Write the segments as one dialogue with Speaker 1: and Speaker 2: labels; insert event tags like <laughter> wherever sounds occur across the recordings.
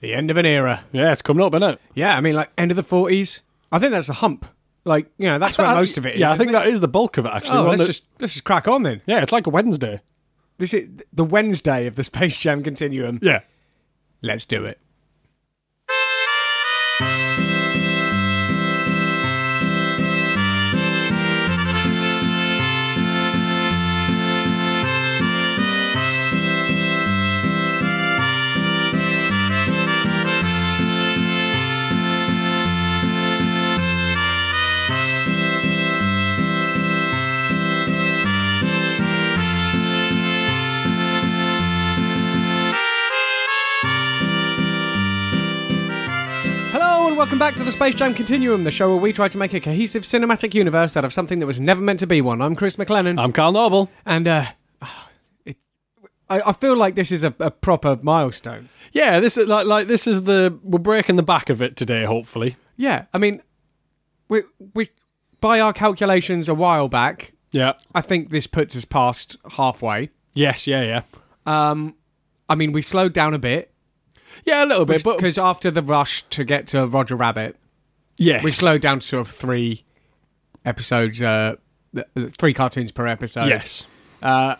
Speaker 1: The end of an era.
Speaker 2: Yeah, it's coming up, isn't it?
Speaker 1: Yeah, I mean, like, end of the 40s. I think that's the hump. Like, you know, that's where most of it is.
Speaker 2: Yeah, I
Speaker 1: isn't
Speaker 2: think
Speaker 1: it?
Speaker 2: that is the bulk of it actually.
Speaker 1: Oh,
Speaker 2: One
Speaker 1: let's
Speaker 2: that-
Speaker 1: just, let's just crack on then.
Speaker 2: yeah, it's like a Wednesday.
Speaker 1: This is the Wednesday of the Space Jam Continuum.
Speaker 2: Yeah.
Speaker 1: Let's do it. Hello and welcome back to the Space Jam Continuum, the show where we try to make a cohesive cinematic universe out of something that was never meant to be one. I'm Chris McLennan,
Speaker 2: I'm Carl Noble.
Speaker 1: and uh, <sighs> it, I, I feel like this is a, a proper milestone.
Speaker 2: Yeah, this is like like this is the we're breaking the back of it today, hopefully.
Speaker 1: Yeah, I mean, we we by our calculations a while back,
Speaker 2: Yeah.
Speaker 1: I think this puts us past halfway.
Speaker 2: Yes, yeah, yeah.
Speaker 1: Um, I mean, we slowed down a bit
Speaker 2: Yeah, a little bit, but
Speaker 1: because after the rush to get to Roger Rabbit,
Speaker 2: yes.
Speaker 1: we slowed down to sort of three episodes, uh, th- th- three cartoons per episode.
Speaker 2: Yes.
Speaker 1: But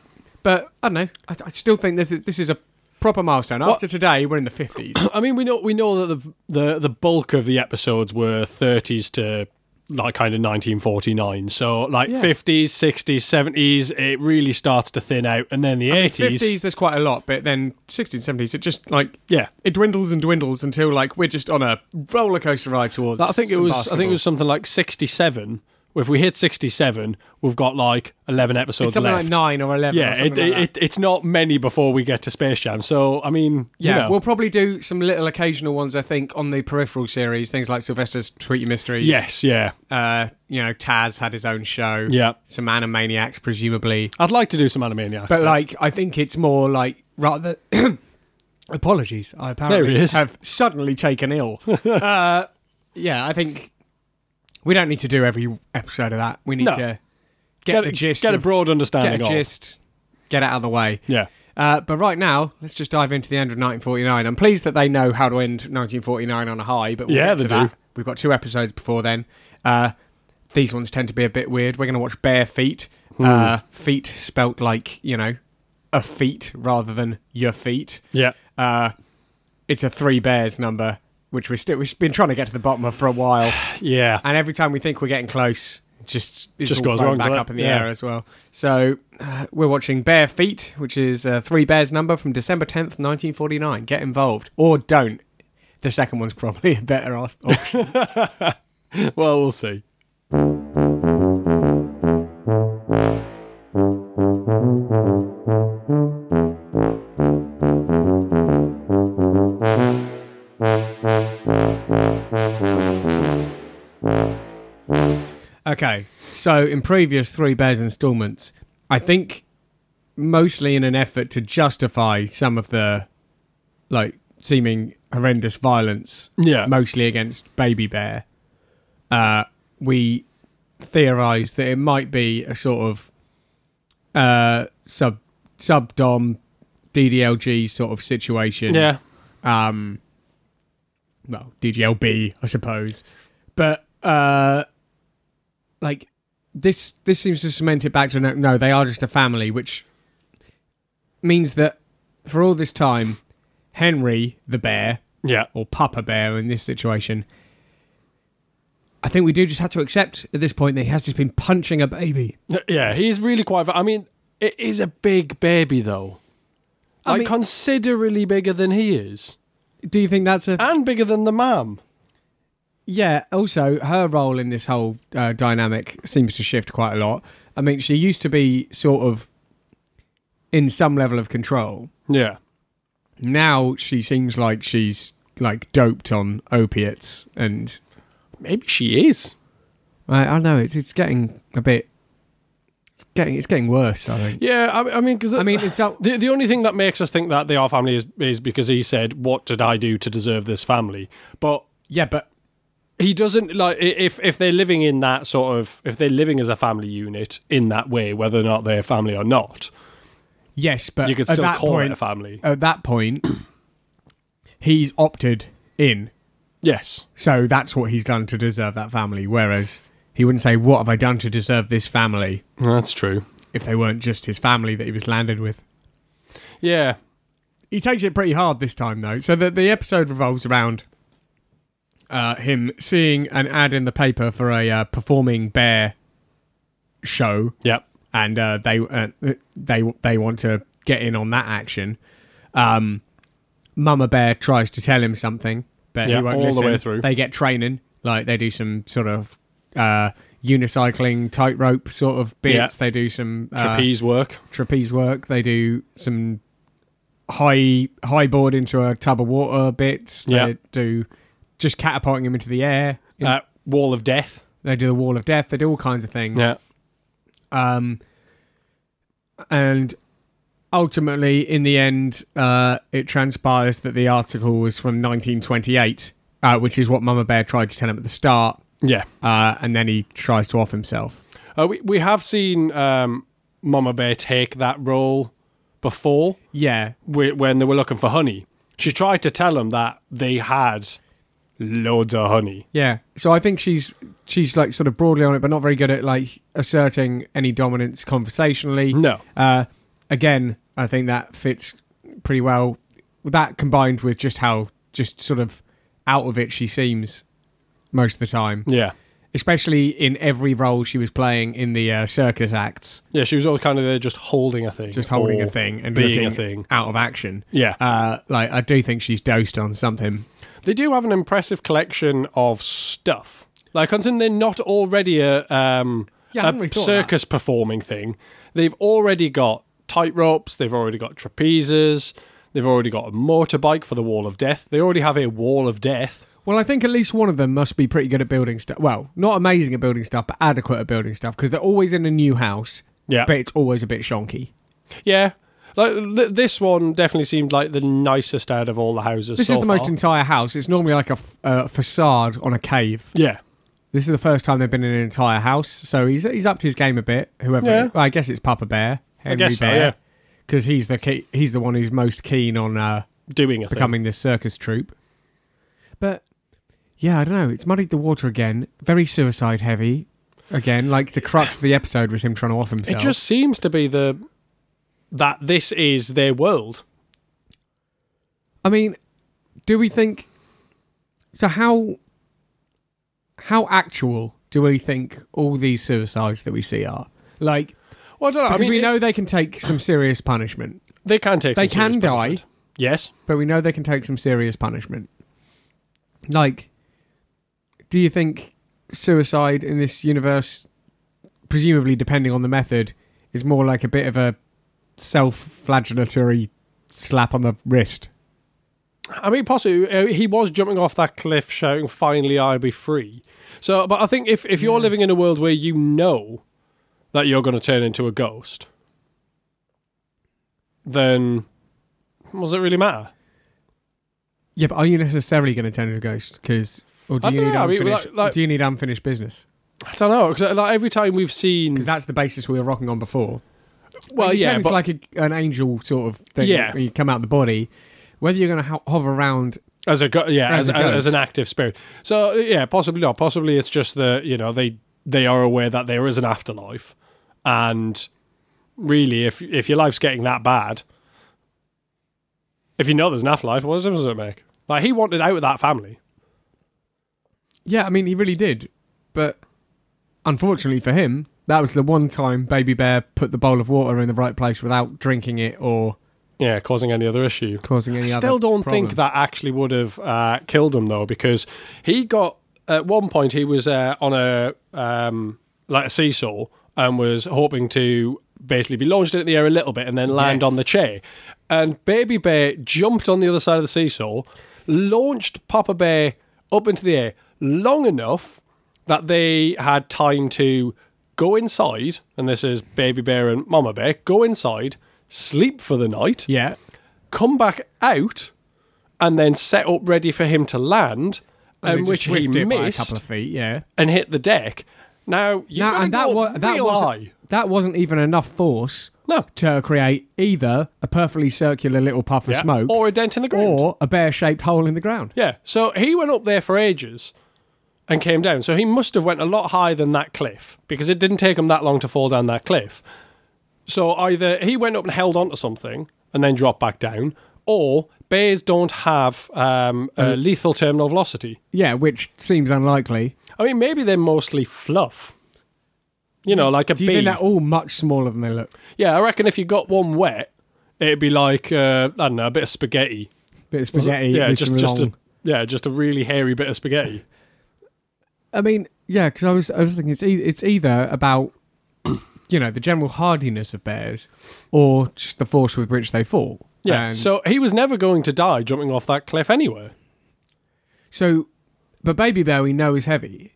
Speaker 1: I don't know. I, I still think this is, this is a proper milestone. After today, we're in the
Speaker 2: <clears throat>
Speaker 1: fifties.
Speaker 2: I mean, we know we know that the the the bulk of the episodes were 30s to like kind of 1949. So like
Speaker 1: Yeah.
Speaker 2: 50s, 60s, 70s, it really starts to thin out, and then the 80s.
Speaker 1: Fifties, there's quite a lot, but then sixties, seventies, it just like
Speaker 2: Yeah.
Speaker 1: it dwindles and dwindles until like we're just on a roller coaster ride towards.
Speaker 2: I think it
Speaker 1: some
Speaker 2: was. I
Speaker 1: basketball.
Speaker 2: think it was something like sixty-seven. If we hit sixty-seven, we've got like eleven episodes
Speaker 1: It's something
Speaker 2: left.
Speaker 1: like nine or eleven.
Speaker 2: yeah,
Speaker 1: or
Speaker 2: it,
Speaker 1: something like that.
Speaker 2: it, it's not many before we get to Space Jam. So I mean, you
Speaker 1: yeah,
Speaker 2: know.
Speaker 1: we'll probably do some little occasional ones. I think on the peripheral series, things like Sylvester's Tweety Mysteries.
Speaker 2: yes, yeah,
Speaker 1: uh, you know, Taz had his own show.
Speaker 2: yeah.
Speaker 1: some Animaniacs, presumably.
Speaker 2: I'd like to do some Animaniacs.
Speaker 1: But like, I think it's more like rather. <coughs> apologies, I
Speaker 2: There
Speaker 1: apparently
Speaker 2: he is.
Speaker 1: have suddenly taken
Speaker 2: <laughs>
Speaker 1: ill. uh, yeah, I think we don't need to do every episode of that. We need
Speaker 2: No.
Speaker 1: to get,
Speaker 2: get,
Speaker 1: the
Speaker 2: a-
Speaker 1: gist,
Speaker 2: get a
Speaker 1: of-
Speaker 2: broad
Speaker 1: get
Speaker 2: understanding
Speaker 1: a
Speaker 2: of.
Speaker 1: gist, get it out of the way.
Speaker 2: Yeah,
Speaker 1: Uh, but right now, let's just dive into the end of 1949. I'm pleased that they know how to end 1949 on a high, but we'll
Speaker 2: Yeah,
Speaker 1: get to
Speaker 2: they
Speaker 1: that.
Speaker 2: do.
Speaker 1: We've got two episodes before then. Uh, these ones tend to be a bit weird. We're going to watch Bare Feet.
Speaker 2: Hmm.
Speaker 1: Uh, feet spelt like, you know, a feet rather than your feet.
Speaker 2: yeah.
Speaker 1: Uh, it's a three bears number, which we're still, we've been trying to get to the bottom of for a while. <laughs>
Speaker 2: Yeah.
Speaker 1: And every time we think we're getting close, it just it's
Speaker 2: Just
Speaker 1: all
Speaker 2: goes
Speaker 1: thrown
Speaker 2: wrong,
Speaker 1: back
Speaker 2: doesn't
Speaker 1: up
Speaker 2: it?
Speaker 1: in the
Speaker 2: Yeah.
Speaker 1: air as well. So uh, we're watching Bare Feet, which is uh, Three Bears number from December tenth, nineteen forty nine. Get involved or don't. The second one's <laughs> probably a better off.
Speaker 2: <laughs>
Speaker 1: option.
Speaker 2: Well, we'll see.
Speaker 1: okay, so in previous Three Bears installments, I think mostly in an effort to justify some of the like seeming horrendous violence
Speaker 2: Yeah.
Speaker 1: Uh, mostly against Baby Bear, uh, we theorised that it might be a sort of uh, sub sub dom DDLG sort of situation.
Speaker 2: yeah.
Speaker 1: Um, well, DGLB, I suppose, but uh, like this this seems to cement it back to no, no, they are just a family, which means that for all this time, Henry the bear
Speaker 2: Yeah.
Speaker 1: or Papa Bear in this situation. I think we do just have to accept at this point that he has just been punching a baby.
Speaker 2: Yeah. He's really quite. va- I mean, it is a big baby though.
Speaker 1: I
Speaker 2: like
Speaker 1: mean-
Speaker 2: considerably bigger than he is,
Speaker 1: Do you think that's a
Speaker 2: and bigger than the mum.
Speaker 1: yeah? Also, her role in this whole uh, dynamic seems to shift quite a lot. I mean, she used to be sort of in some level of control.
Speaker 2: Yeah.
Speaker 1: Now she seems like she's like doped on opiates, and
Speaker 2: Maybe she is.
Speaker 1: I, I know it's it's getting a bit, it's getting it's getting worse. I think.
Speaker 2: Yeah, I, I mean, because
Speaker 1: I mean, it's not
Speaker 2: the the only thing that makes us think that they are family is is because he said, "What did I do to deserve this family?" But
Speaker 1: yeah, but
Speaker 2: he doesn't like i- if if they're living in that sort of if they're living as a family unit in that way, whether or not they're family or not,
Speaker 1: yes, but
Speaker 2: you could
Speaker 1: at
Speaker 2: still
Speaker 1: that
Speaker 2: call
Speaker 1: point, <clears throat>
Speaker 2: it a family.
Speaker 1: at that point, he's opted in.
Speaker 2: Yes.
Speaker 1: So that's what he's done to deserve that family. Whereas he wouldn't say, What have I done to deserve this family?
Speaker 2: That's true.
Speaker 1: if they weren't just his family that he was landed with.
Speaker 2: Yeah.
Speaker 1: He takes it pretty hard this time, though. So the, the episode revolves around uh, him seeing an ad in the paper for a uh, performing bear show
Speaker 2: Yep.
Speaker 1: and uh, they uh, they they want to get in on that action. Um, Mama Bear tries to tell him something, but
Speaker 2: Yeah,
Speaker 1: he won't
Speaker 2: all the
Speaker 1: listen.
Speaker 2: way through.
Speaker 1: They get training, like they do some sort of uh, unicycling, tightrope sort of bits.
Speaker 2: Yeah.
Speaker 1: They do some uh,
Speaker 2: Trapeze work.
Speaker 1: trapeze work. They do some high high board into a tub of water bits. They
Speaker 2: Yeah.
Speaker 1: do just catapulting him into the air.
Speaker 2: Uh, wall of death.
Speaker 1: They do the wall of death. They do all kinds of things.
Speaker 2: Yeah.
Speaker 1: Um, and ultimately, in the end, uh, it transpires that the article was from 1928, uh, which is what Mama Bear tried to tell him at the start,
Speaker 2: Yeah.
Speaker 1: uh, and then he tries to off himself.
Speaker 2: Uh, we, we have seen um, Mama Bear take that role before
Speaker 1: Yeah,
Speaker 2: whe- when they were looking for honey. She tried to tell them that they had loads of honey.
Speaker 1: Yeah. So I think she's she's like sort of broadly on it, but not very good at like asserting any dominance conversationally.
Speaker 2: No.
Speaker 1: Uh, again, I think that fits pretty well. That combined with just how just sort of out of it she seems most of the time,
Speaker 2: Yeah.
Speaker 1: especially in every role she was playing in the uh, circus acts,
Speaker 2: Yeah, she was always kind of there just holding a thing.
Speaker 1: just holding a
Speaker 2: or-
Speaker 1: thing and
Speaker 2: being a
Speaker 1: looking
Speaker 2: thing.
Speaker 1: out of action.
Speaker 2: Yeah.
Speaker 1: Uh, like I do think she's dosed on something.
Speaker 2: They do have an impressive collection of stuff. Like, considering they're not already a, um,
Speaker 1: Yeah, I
Speaker 2: a
Speaker 1: hadn't really thought of that.
Speaker 2: circus performing thing, they've already got tight ropes, they've already got trapezes, they've already got a motorbike for the Wall of Death, they already have a Wall of Death.
Speaker 1: Well, I think at least one of them must be pretty good at building stuff. Well, not amazing at building stuff, but adequate at building stuff because they're always in a new house,
Speaker 2: Yeah.
Speaker 1: but it's always a bit shonky.
Speaker 2: Yeah. Like, th- this one definitely seemed like the nicest out of all the houses.
Speaker 1: This
Speaker 2: so
Speaker 1: is the most
Speaker 2: far.
Speaker 1: entire house. It's normally like a f- uh, facade on a cave.
Speaker 2: yeah.
Speaker 1: This is the first time they've been in an entire house, so he's he's up to his game a bit. Whoever,
Speaker 2: Yeah.
Speaker 1: well, I guess it's Papa Bear, Henry
Speaker 2: guess so, yeah.
Speaker 1: Bear, because he's the key, he's the one who's most keen on uh,
Speaker 2: Doing a thing.
Speaker 1: becoming this circus troupe. But yeah, I don't know. It's muddied the water again. Very suicide heavy. Again, like the crux of the episode was him trying to off
Speaker 2: It
Speaker 1: himself.
Speaker 2: just seems to be the that this is their world.
Speaker 1: I mean, do we think? So how how actual do we think all these suicides that we see are? Like,
Speaker 2: Well, I don't know.
Speaker 1: because
Speaker 2: I mean,
Speaker 1: we
Speaker 2: it-
Speaker 1: know they can take some serious punishment,
Speaker 2: they can take.
Speaker 1: They
Speaker 2: some serious
Speaker 1: can die.
Speaker 2: punishment. Yes.
Speaker 1: but we know they can take some serious punishment. Like, do you think suicide in this universe, presumably depending on the method, is more like a bit of a self-flagellatory slap on the wrist?
Speaker 2: I mean, possibly uh, he was jumping off that cliff, shouting, "Finally, I'll be free." So, but I think if if you're living in a world where you know that you're going to turn into a ghost, then what does it really matter?
Speaker 1: Yeah, but are you necessarily going to turn into a ghost? Because or do
Speaker 2: I
Speaker 1: you
Speaker 2: don't
Speaker 1: need
Speaker 2: know, I mean,
Speaker 1: unfinished?
Speaker 2: like- like-
Speaker 1: do you need unfinished business?
Speaker 2: I don't know. 'cause, uh, like every time we've seen,
Speaker 1: Because that's the basis we were rocking on before.
Speaker 2: well,
Speaker 1: You turn
Speaker 2: yeah,
Speaker 1: into
Speaker 2: but
Speaker 1: like a, an angel sort of thing.
Speaker 2: Yeah.
Speaker 1: when you come out of the body. Whether you're going to ho- hover around,
Speaker 2: as a go- yeah,
Speaker 1: as
Speaker 2: as, uh,
Speaker 1: a
Speaker 2: as
Speaker 1: ghost.
Speaker 2: an active spirit. So yeah, possibly not. Possibly it's just that you know they they are aware that there is an afterlife, and really, if if your life's getting that bad, if you know there's an afterlife, what difference does it make? Like he wanted out with that family.
Speaker 1: yeah, I mean, he really did. But unfortunately for him, that was the one time Baby Bear put the bowl of water in the right place without drinking it or
Speaker 2: Yeah, causing any other issue.
Speaker 1: causing any
Speaker 2: I
Speaker 1: other.
Speaker 2: still don't
Speaker 1: problem.
Speaker 2: think that actually would have uh, killed him though, because he got at one point he was uh, on a um, like a seesaw and was hoping to basically be launched into the air a little bit and then land
Speaker 1: Yes.
Speaker 2: on the chair. And Baby Bear jumped on the other side of the seesaw, launched Papa Bear up into the air long enough that they had time to go inside. And this is Baby Bear and Mama Bear go inside, sleep for the night
Speaker 1: Yeah.
Speaker 2: come back out and then set up ready for him to land,
Speaker 1: And
Speaker 2: and
Speaker 1: they
Speaker 2: which
Speaker 1: just
Speaker 2: he
Speaker 1: whiffed it by a
Speaker 2: missed
Speaker 1: couple of feet. Yeah.
Speaker 2: and hit the deck. Now you
Speaker 1: Now,
Speaker 2: gotta
Speaker 1: and that
Speaker 2: go
Speaker 1: was that
Speaker 2: real
Speaker 1: was
Speaker 2: high.
Speaker 1: that wasn't even enough force
Speaker 2: no
Speaker 1: to create either a perfectly circular little puff of
Speaker 2: Yeah.
Speaker 1: smoke
Speaker 2: or a dent in the ground.
Speaker 1: or a bear-shaped hole in the ground.
Speaker 2: yeah, so he went up there for ages and came down. So he must have went a lot higher than that cliff because it didn't take him that long to fall down that cliff. So either he went up and held onto something and then dropped back down, or bears don't have um, a
Speaker 1: Mm.
Speaker 2: lethal terminal velocity.
Speaker 1: Yeah, which seems unlikely.
Speaker 2: I mean, maybe they're mostly fluff. You know, like a
Speaker 1: Do you
Speaker 2: bee.
Speaker 1: think they're all much smaller than they look?
Speaker 2: Yeah, I reckon if you got one wet, it'd be like uh, I don't know, a bit of spaghetti.
Speaker 1: Bit of spaghetti.
Speaker 2: yeah,
Speaker 1: which
Speaker 2: just
Speaker 1: are
Speaker 2: just a
Speaker 1: long.
Speaker 2: yeah, just a really hairy bit of spaghetti.
Speaker 1: I mean, yeah, because I was I was thinking it's e- it's either about you know the general hardiness of bears or just the force with which they fall.
Speaker 2: Yeah.
Speaker 1: And
Speaker 2: so he was never going to die jumping off that cliff anyway.
Speaker 1: so, but baby bear we know is heavy.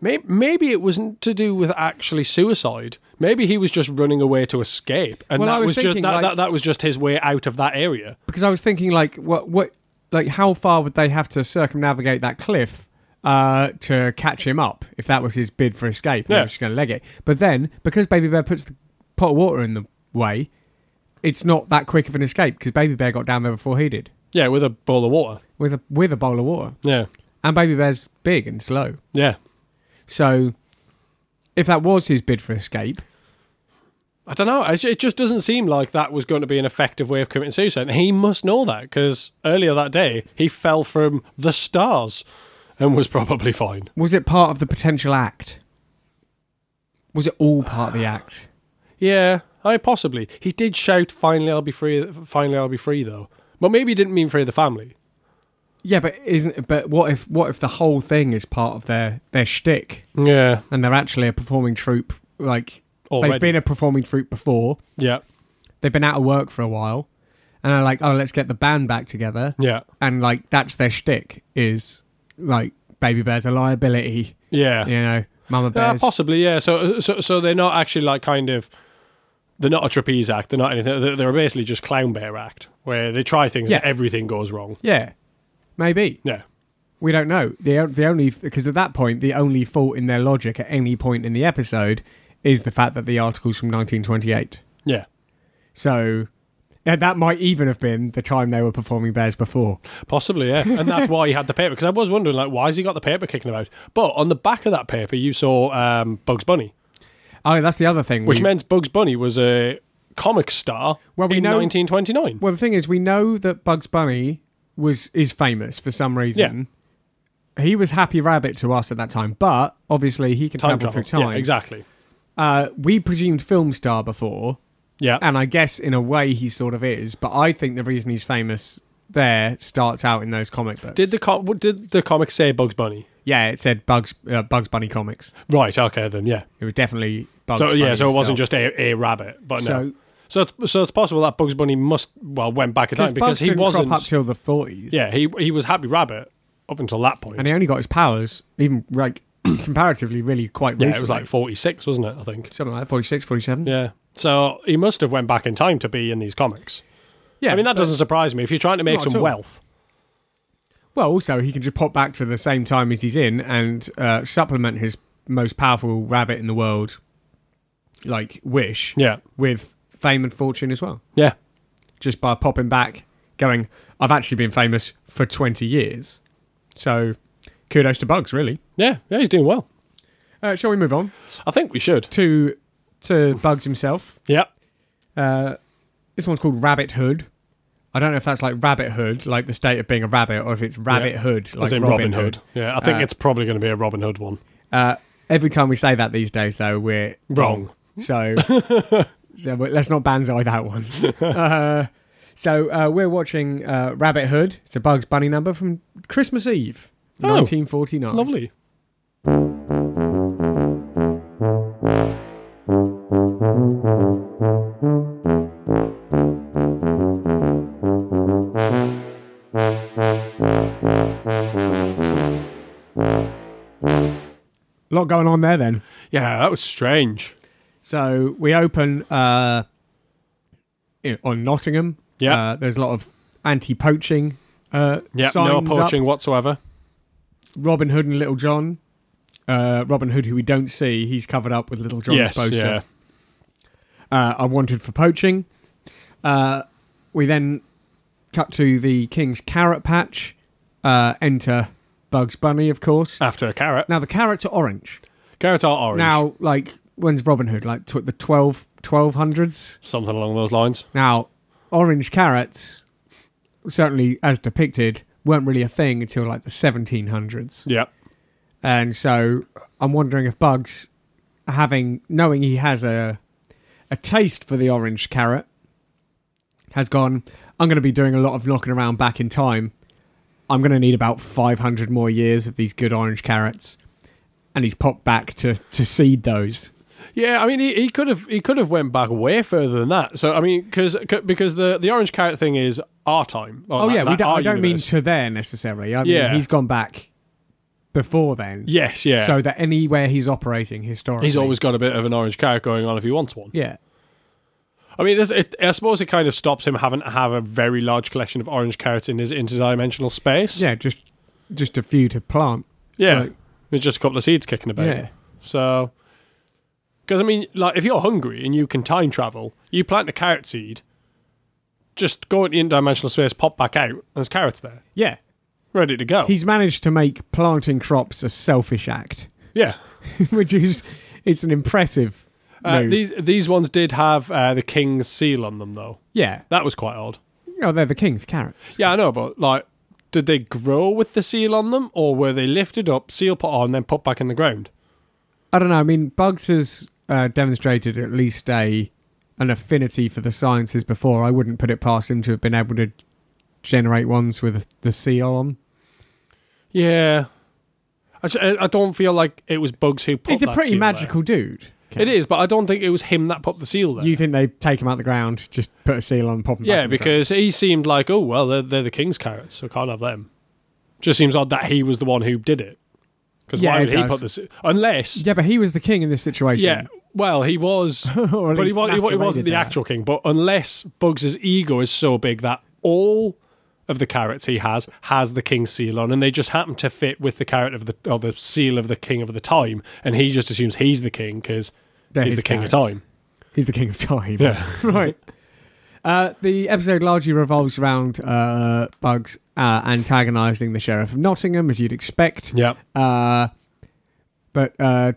Speaker 2: Maybe, maybe it wasn't to do with actually suicide. Maybe he was just running away to escape, and
Speaker 1: Well, I
Speaker 2: that
Speaker 1: was
Speaker 2: was, just
Speaker 1: thinking,
Speaker 2: that,
Speaker 1: like-
Speaker 2: that, that was just his way out of that area.
Speaker 1: because I was thinking like what what like how far would they have to circumnavigate that cliff uh, to catch him up if that was his bid for escape? and they
Speaker 2: Yeah.
Speaker 1: were just going to leg it. But then because Baby Bear puts the pot of water in the way, it's not that quick of an escape because Baby Bear got down there before he did
Speaker 2: Yeah, with a bowl of water.
Speaker 1: with a with a bowl of water,
Speaker 2: Yeah,
Speaker 1: and Baby Bear's big and slow,
Speaker 2: yeah.
Speaker 1: so. If that was his bid for escape,
Speaker 2: I don't know. It just doesn't seem like that was going to be an effective way of committing suicide. And he must know that because earlier that day he fell from the stars and was probably fine.
Speaker 1: was it part of the potential act? Was it all part of
Speaker 2: Uh,
Speaker 1: the act?
Speaker 2: Yeah, I possibly. He did shout, "Finally, I'll be free! Finally, I'll be free!" Though, but maybe he didn't mean free of the family.
Speaker 1: Yeah, but isn't but what if what if the whole thing is part of their their shtick
Speaker 2: Yeah,
Speaker 1: and they're actually a performing troupe? Like
Speaker 2: already.
Speaker 1: they've been a performing troupe before,
Speaker 2: yeah,
Speaker 1: they've been out of work for a while, and they're like, oh, let's get the band back together,
Speaker 2: yeah,
Speaker 1: and like that's their shtick is like Baby Bear's a liability,
Speaker 2: yeah.
Speaker 1: you know, Mama
Speaker 2: Uh,
Speaker 1: Bear's
Speaker 2: possibly, yeah. So, so, so they're not actually like kind of. They're not a trapeze act. They're not anything. They're, they're basically just clown bear act, where they try things and
Speaker 1: Yeah.
Speaker 2: everything goes wrong.
Speaker 1: yeah, maybe
Speaker 2: Yeah,
Speaker 1: we don't know the the only because at that point the only fault in their logic at any point in the episode is the fact that the article's from 1928.
Speaker 2: yeah.
Speaker 1: So yeah, that might even have been the time they were performing Bears before.
Speaker 2: Possibly, yeah. And that's why he had the paper. Because I was wondering, like, why has he got the paper kicking about? But on the back of that paper, you saw um, Bugs Bunny,
Speaker 1: Oh, that's the other thing.
Speaker 2: which
Speaker 1: we-
Speaker 2: meant Bugs Bunny was a comic star
Speaker 1: Well, we
Speaker 2: in
Speaker 1: know-
Speaker 2: 1929.
Speaker 1: well, the thing is, we know that Bugs Bunny was is famous for some reason. He was Happy Rabbit to us at that time, but obviously he can
Speaker 2: time
Speaker 1: travel
Speaker 2: travel.
Speaker 1: through time.
Speaker 2: Yeah, exactly.
Speaker 1: uh, we presumed film star before,
Speaker 2: Yeah.
Speaker 1: and I guess in a way he sort of is. But I think the reason he's famous there starts out in those comic books.
Speaker 2: did the com- what did the comic say Bugs Bunny?
Speaker 1: yeah, it said Bugs uh, Bugs Bunny comics.
Speaker 2: Right. Okay. Then yeah.
Speaker 1: It was definitely Bugs.
Speaker 2: So yeah.
Speaker 1: Bunny
Speaker 2: So it
Speaker 1: himself.
Speaker 2: wasn't just a, a rabbit, but no.
Speaker 1: So-
Speaker 2: So it's, so it's possible that Bugs Bunny must well went back in time because
Speaker 1: Bugs
Speaker 2: he
Speaker 1: didn't
Speaker 2: wasn't.
Speaker 1: crop up till the forties.
Speaker 2: yeah. He he was Happy Rabbit up until that point.
Speaker 1: and he only got his powers even like <clears throat> comparatively really quite
Speaker 2: yeah.
Speaker 1: recently.
Speaker 2: It was like 46, wasn't it? I think.
Speaker 1: something like 46, 47.
Speaker 2: Yeah. So he must have went back in time to be in these comics.
Speaker 1: Yeah,
Speaker 2: I mean, that
Speaker 1: but-
Speaker 2: doesn't surprise me. If you're trying to make
Speaker 1: Not at
Speaker 2: some
Speaker 1: all.
Speaker 2: wealth,
Speaker 1: Well, also he can just pop back to the same time as he's in and uh, supplement his most powerful rabbit in the world, like Wish,
Speaker 2: yeah,
Speaker 1: with fame and fortune as well.
Speaker 2: yeah,
Speaker 1: Just by popping back, going, I've actually been famous for twenty years, so kudos to Bugs, really.
Speaker 2: yeah, yeah. He's doing well.
Speaker 1: Uh, shall we move on
Speaker 2: I think we should.
Speaker 1: to to Bugs himself?
Speaker 2: Yeah,
Speaker 1: Uh, this one's called Rabbit Hood. I don't know if that's like Rabbit Hood, like the state of being a rabbit, or if it's Rabbit Hood, like
Speaker 2: as in
Speaker 1: Robin,
Speaker 2: Robin, Hood.
Speaker 1: Hood.
Speaker 2: Yeah, I think
Speaker 1: Uh,
Speaker 2: it's probably going to be a Robin Hood one.
Speaker 1: Uh, every time we say that these days, though, we're
Speaker 2: Wrong.
Speaker 1: Oh,
Speaker 2: <laughs>
Speaker 1: So, so we- let's not banzai that one. Uh, so uh, we're watching uh, Rabbit Hood. It's a Bugs Bunny number from Christmas Eve,
Speaker 2: Oh.
Speaker 1: 1949.
Speaker 2: Lovely.
Speaker 1: lot going on there then.
Speaker 2: Yeah, that was strange.
Speaker 1: So we open uh, in- on Nottingham.
Speaker 2: Yeah.
Speaker 1: Uh, there's a lot of anti-poaching uh,
Speaker 2: Yeah,
Speaker 1: signs
Speaker 2: no
Speaker 1: up.
Speaker 2: poaching whatsoever.
Speaker 1: Robin Hood and Little John uh, Robin Hood, who we don't see, he's covered up with Little John's
Speaker 2: yes,
Speaker 1: poster.
Speaker 2: yeah.
Speaker 1: uh, are wanted for poaching. Uh, we then cut to the king's carrot patch. Uh, enter Bugs Bunny, of course.
Speaker 2: After a carrot.
Speaker 1: now the carrots are orange.
Speaker 2: Carrot are Uh, orange.
Speaker 1: Now, like, when's Robin Hood? Like tw- the 12, 1200s?
Speaker 2: Something along those lines.
Speaker 1: Now, orange carrots, certainly as depicted, weren't really a thing until like the 1700s.
Speaker 2: Yeah.
Speaker 1: And so I'm wondering if Bugs, having knowing he has a a taste for the orange carrot, has gone. I'm going to be doing a lot of knocking around back in time. I'm going to need about 500 more years of these good orange carrots, and he's popped back to to seed those.
Speaker 2: Yeah, I mean, he, he could have he could have went back way further than that. So I mean, because because the the orange carrot thing is our time. or
Speaker 1: Oh
Speaker 2: that-
Speaker 1: yeah, we
Speaker 2: that
Speaker 1: don't,
Speaker 2: our
Speaker 1: I don't mean
Speaker 2: universe.
Speaker 1: to there necessarily. I mean,
Speaker 2: Yeah.
Speaker 1: he's gone back before then.
Speaker 2: Yes, yeah.
Speaker 1: So that anywhere he's operating historically,
Speaker 2: he's always got a bit of an orange carrot going on if he wants one.
Speaker 1: yeah.
Speaker 2: I mean, it's- it, I suppose it kind of stops him having to have a very large collection of orange carrots in his interdimensional space.
Speaker 1: Yeah, just just a few to plant.
Speaker 2: yeah.
Speaker 1: Right.
Speaker 2: There's just a couple of seeds kicking about.
Speaker 1: Yeah.
Speaker 2: So, because I mean, like, if you're hungry and you can time travel, you plant a carrot seed, just go into interdimensional space, pop back out, and there's carrots there,
Speaker 1: Yeah.
Speaker 2: ready to go.
Speaker 1: He's managed to make planting crops a selfish act, <laughs>
Speaker 2: yeah.
Speaker 1: which is it's an impressive
Speaker 2: Uh,
Speaker 1: move.
Speaker 2: these these ones did have uh, the king's seal on them though.
Speaker 1: yeah.
Speaker 2: That was quite odd.
Speaker 1: Oh, they're the king's carrots.
Speaker 2: Yeah, I know, but like, did they grow with the seal on them, or were they lifted up, seal put on, then put back in the ground?
Speaker 1: I don't know. I mean, Bugs has uh, demonstrated at least a an affinity for the sciences before. I wouldn't put it past him to have been able to generate ones with the seal on.
Speaker 2: Yeah, I, ju- I I don't feel like it was bugs who put.
Speaker 1: He's a
Speaker 2: that
Speaker 1: pretty
Speaker 2: seal there.
Speaker 1: magical dude.
Speaker 2: It is, but I don't think it was him that put the seal there.
Speaker 1: You think they take him out the ground, just put a seal on, pop him? back in
Speaker 2: yeah,
Speaker 1: the
Speaker 2: because he seemed like, oh well, they're, they're the king's carrots, so can't have them. Just seems odd that he was the one who did it. Because
Speaker 1: Yeah,
Speaker 2: why
Speaker 1: it
Speaker 2: would he
Speaker 1: does.
Speaker 2: put this? Unless,
Speaker 1: ground. yeah, but he was the king in this situation.
Speaker 2: yeah, well, he was
Speaker 1: <laughs> Or at
Speaker 2: but he,
Speaker 1: least
Speaker 2: wa- he, wa- he wasn't
Speaker 1: masqueraded
Speaker 2: the
Speaker 1: that.
Speaker 2: actual king. But unless Bugs' ego is so big that all of the carrots he has has the king's seal on, and they just happen to fit with the carrot of the or the seal of the king of the time, and he just assumes he's the king because
Speaker 1: They're
Speaker 2: he's
Speaker 1: his
Speaker 2: the king of
Speaker 1: carrots.
Speaker 2: time.
Speaker 1: He's the king of time.
Speaker 2: Yeah,
Speaker 1: <laughs> right. Uh, the episode largely revolves around uh, Bugs uh, antagonising the Sheriff of Nottingham, as you'd expect.
Speaker 2: yeah,
Speaker 1: Uh, but uh,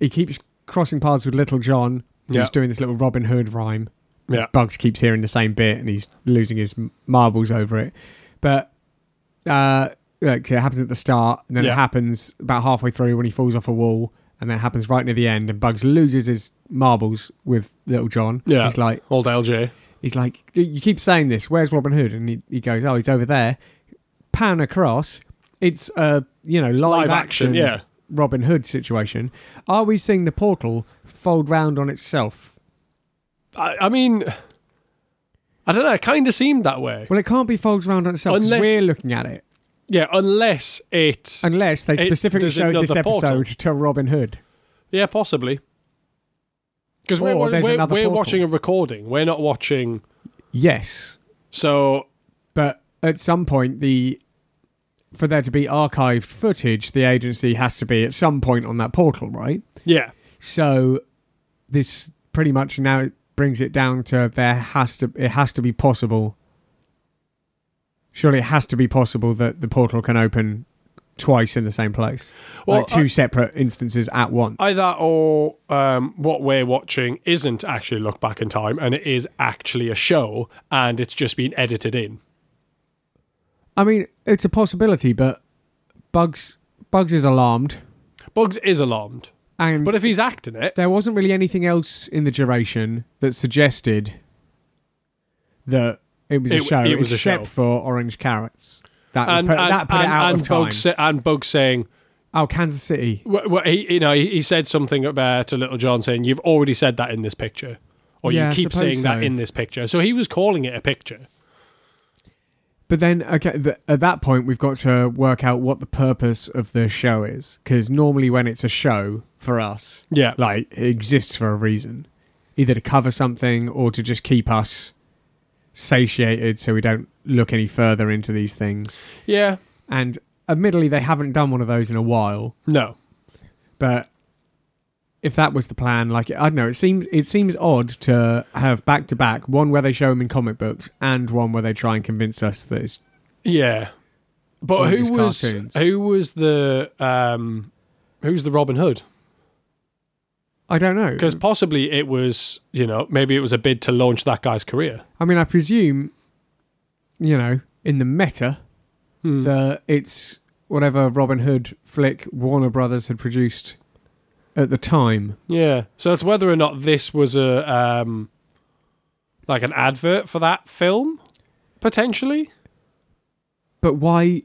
Speaker 1: he keeps crossing paths with Little John, who's
Speaker 2: Yeah.
Speaker 1: doing this little Robin Hood rhyme.
Speaker 2: yeah.
Speaker 1: Bugs keeps hearing the same bit, and he's losing his m- marbles over it. But uh, look, it happens at the start, and then
Speaker 2: Yeah.
Speaker 1: it happens about halfway through when he falls off a wall, and then it happens right near the end, and Bugs loses his marbles with Little John.
Speaker 2: Yeah.
Speaker 1: he's like,
Speaker 2: Old LJ.
Speaker 1: He's like, "You- you keep saying this. Where's Robin Hood? And he, he goes, oh, he's over there. Pan across. It's a you know live,
Speaker 2: Live action, yeah.
Speaker 1: Robin Hood situation. Are we seeing the portal fold round on itself?
Speaker 2: I, I mean, I don't know. It kind of seemed that way.
Speaker 1: Well, it can't be folds round on itself because
Speaker 2: Unless-
Speaker 1: we're looking at it.
Speaker 2: Yeah, unless it.
Speaker 1: Unless they
Speaker 2: It-
Speaker 1: specifically
Speaker 2: there's
Speaker 1: showed this
Speaker 2: another
Speaker 1: episode
Speaker 2: portal.
Speaker 1: to Robin Hood.
Speaker 2: Yeah, possibly. Because we're,
Speaker 1: Or
Speaker 2: we're,
Speaker 1: there's
Speaker 2: we're,
Speaker 1: another portal.
Speaker 2: watching a recording. We're not watching.
Speaker 1: Yes,
Speaker 2: So
Speaker 1: but at some point the for there to be archived footage, the agency has to be at some point on that portal, right?
Speaker 2: yeah,
Speaker 1: So this pretty much now it brings it down to there has to it has to be possible. Surely it has to be possible that the portal can open twice in the same place,
Speaker 2: Well,
Speaker 1: like two
Speaker 2: I-
Speaker 1: separate instances at once.
Speaker 2: Either or um, what we're watching isn't actually look back in time and it is actually a show and it's just been edited in.
Speaker 1: I mean, it's a possibility, but Bugs Bugs is alarmed,
Speaker 2: Bugs is alarmed.
Speaker 1: and
Speaker 2: But if he's acting it,
Speaker 1: there wasn't really anything else in the duration that suggested that it was a
Speaker 2: It-
Speaker 1: show,
Speaker 2: it was a
Speaker 1: except
Speaker 2: show.
Speaker 1: for Orange Carrots. That
Speaker 2: and,
Speaker 1: put,
Speaker 2: and,
Speaker 1: that put
Speaker 2: and,
Speaker 1: it out
Speaker 2: and
Speaker 1: of time.
Speaker 2: Bugs, sa- and Bugs saying,
Speaker 1: Oh, Kansas City.
Speaker 2: wh- wh- he, you know, he, he said something about to Little John saying, You've already said that in this picture. Or
Speaker 1: Yeah, I
Speaker 2: you keep
Speaker 1: suppose
Speaker 2: saying that
Speaker 1: so.
Speaker 2: in this picture. So he was calling it a picture.
Speaker 1: But then, okay, th- at that point, we've got to work out what the purpose of the show is. Because normally, when it's a show for us,
Speaker 2: Yeah.
Speaker 1: like it exists for a reason, either to cover something or to just keep us satiated so we don't look any further into these things.
Speaker 2: yeah.
Speaker 1: And admittedly, they haven't done one of those in a while.
Speaker 2: No.
Speaker 1: But if that was the plan, like I don't know, it seems it seems odd to have back to back one where they show him in comic books and one where they try and convince us that it's
Speaker 2: Yeah,
Speaker 1: Or
Speaker 2: but
Speaker 1: just
Speaker 2: who was
Speaker 1: cartoons.
Speaker 2: who was the um, who's the Robin Hood?
Speaker 1: I don't know.
Speaker 2: Because possibly it was you know maybe it was a bid to launch that guy's career.
Speaker 1: I mean, I presume, you know, in the meta,
Speaker 2: Mm. Hmm.
Speaker 1: that it's whatever Robin Hood flick Warner Brothers had produced at the time.
Speaker 2: Yeah, so it's whether or not this was a um, like an advert for that film potentially.
Speaker 1: But why?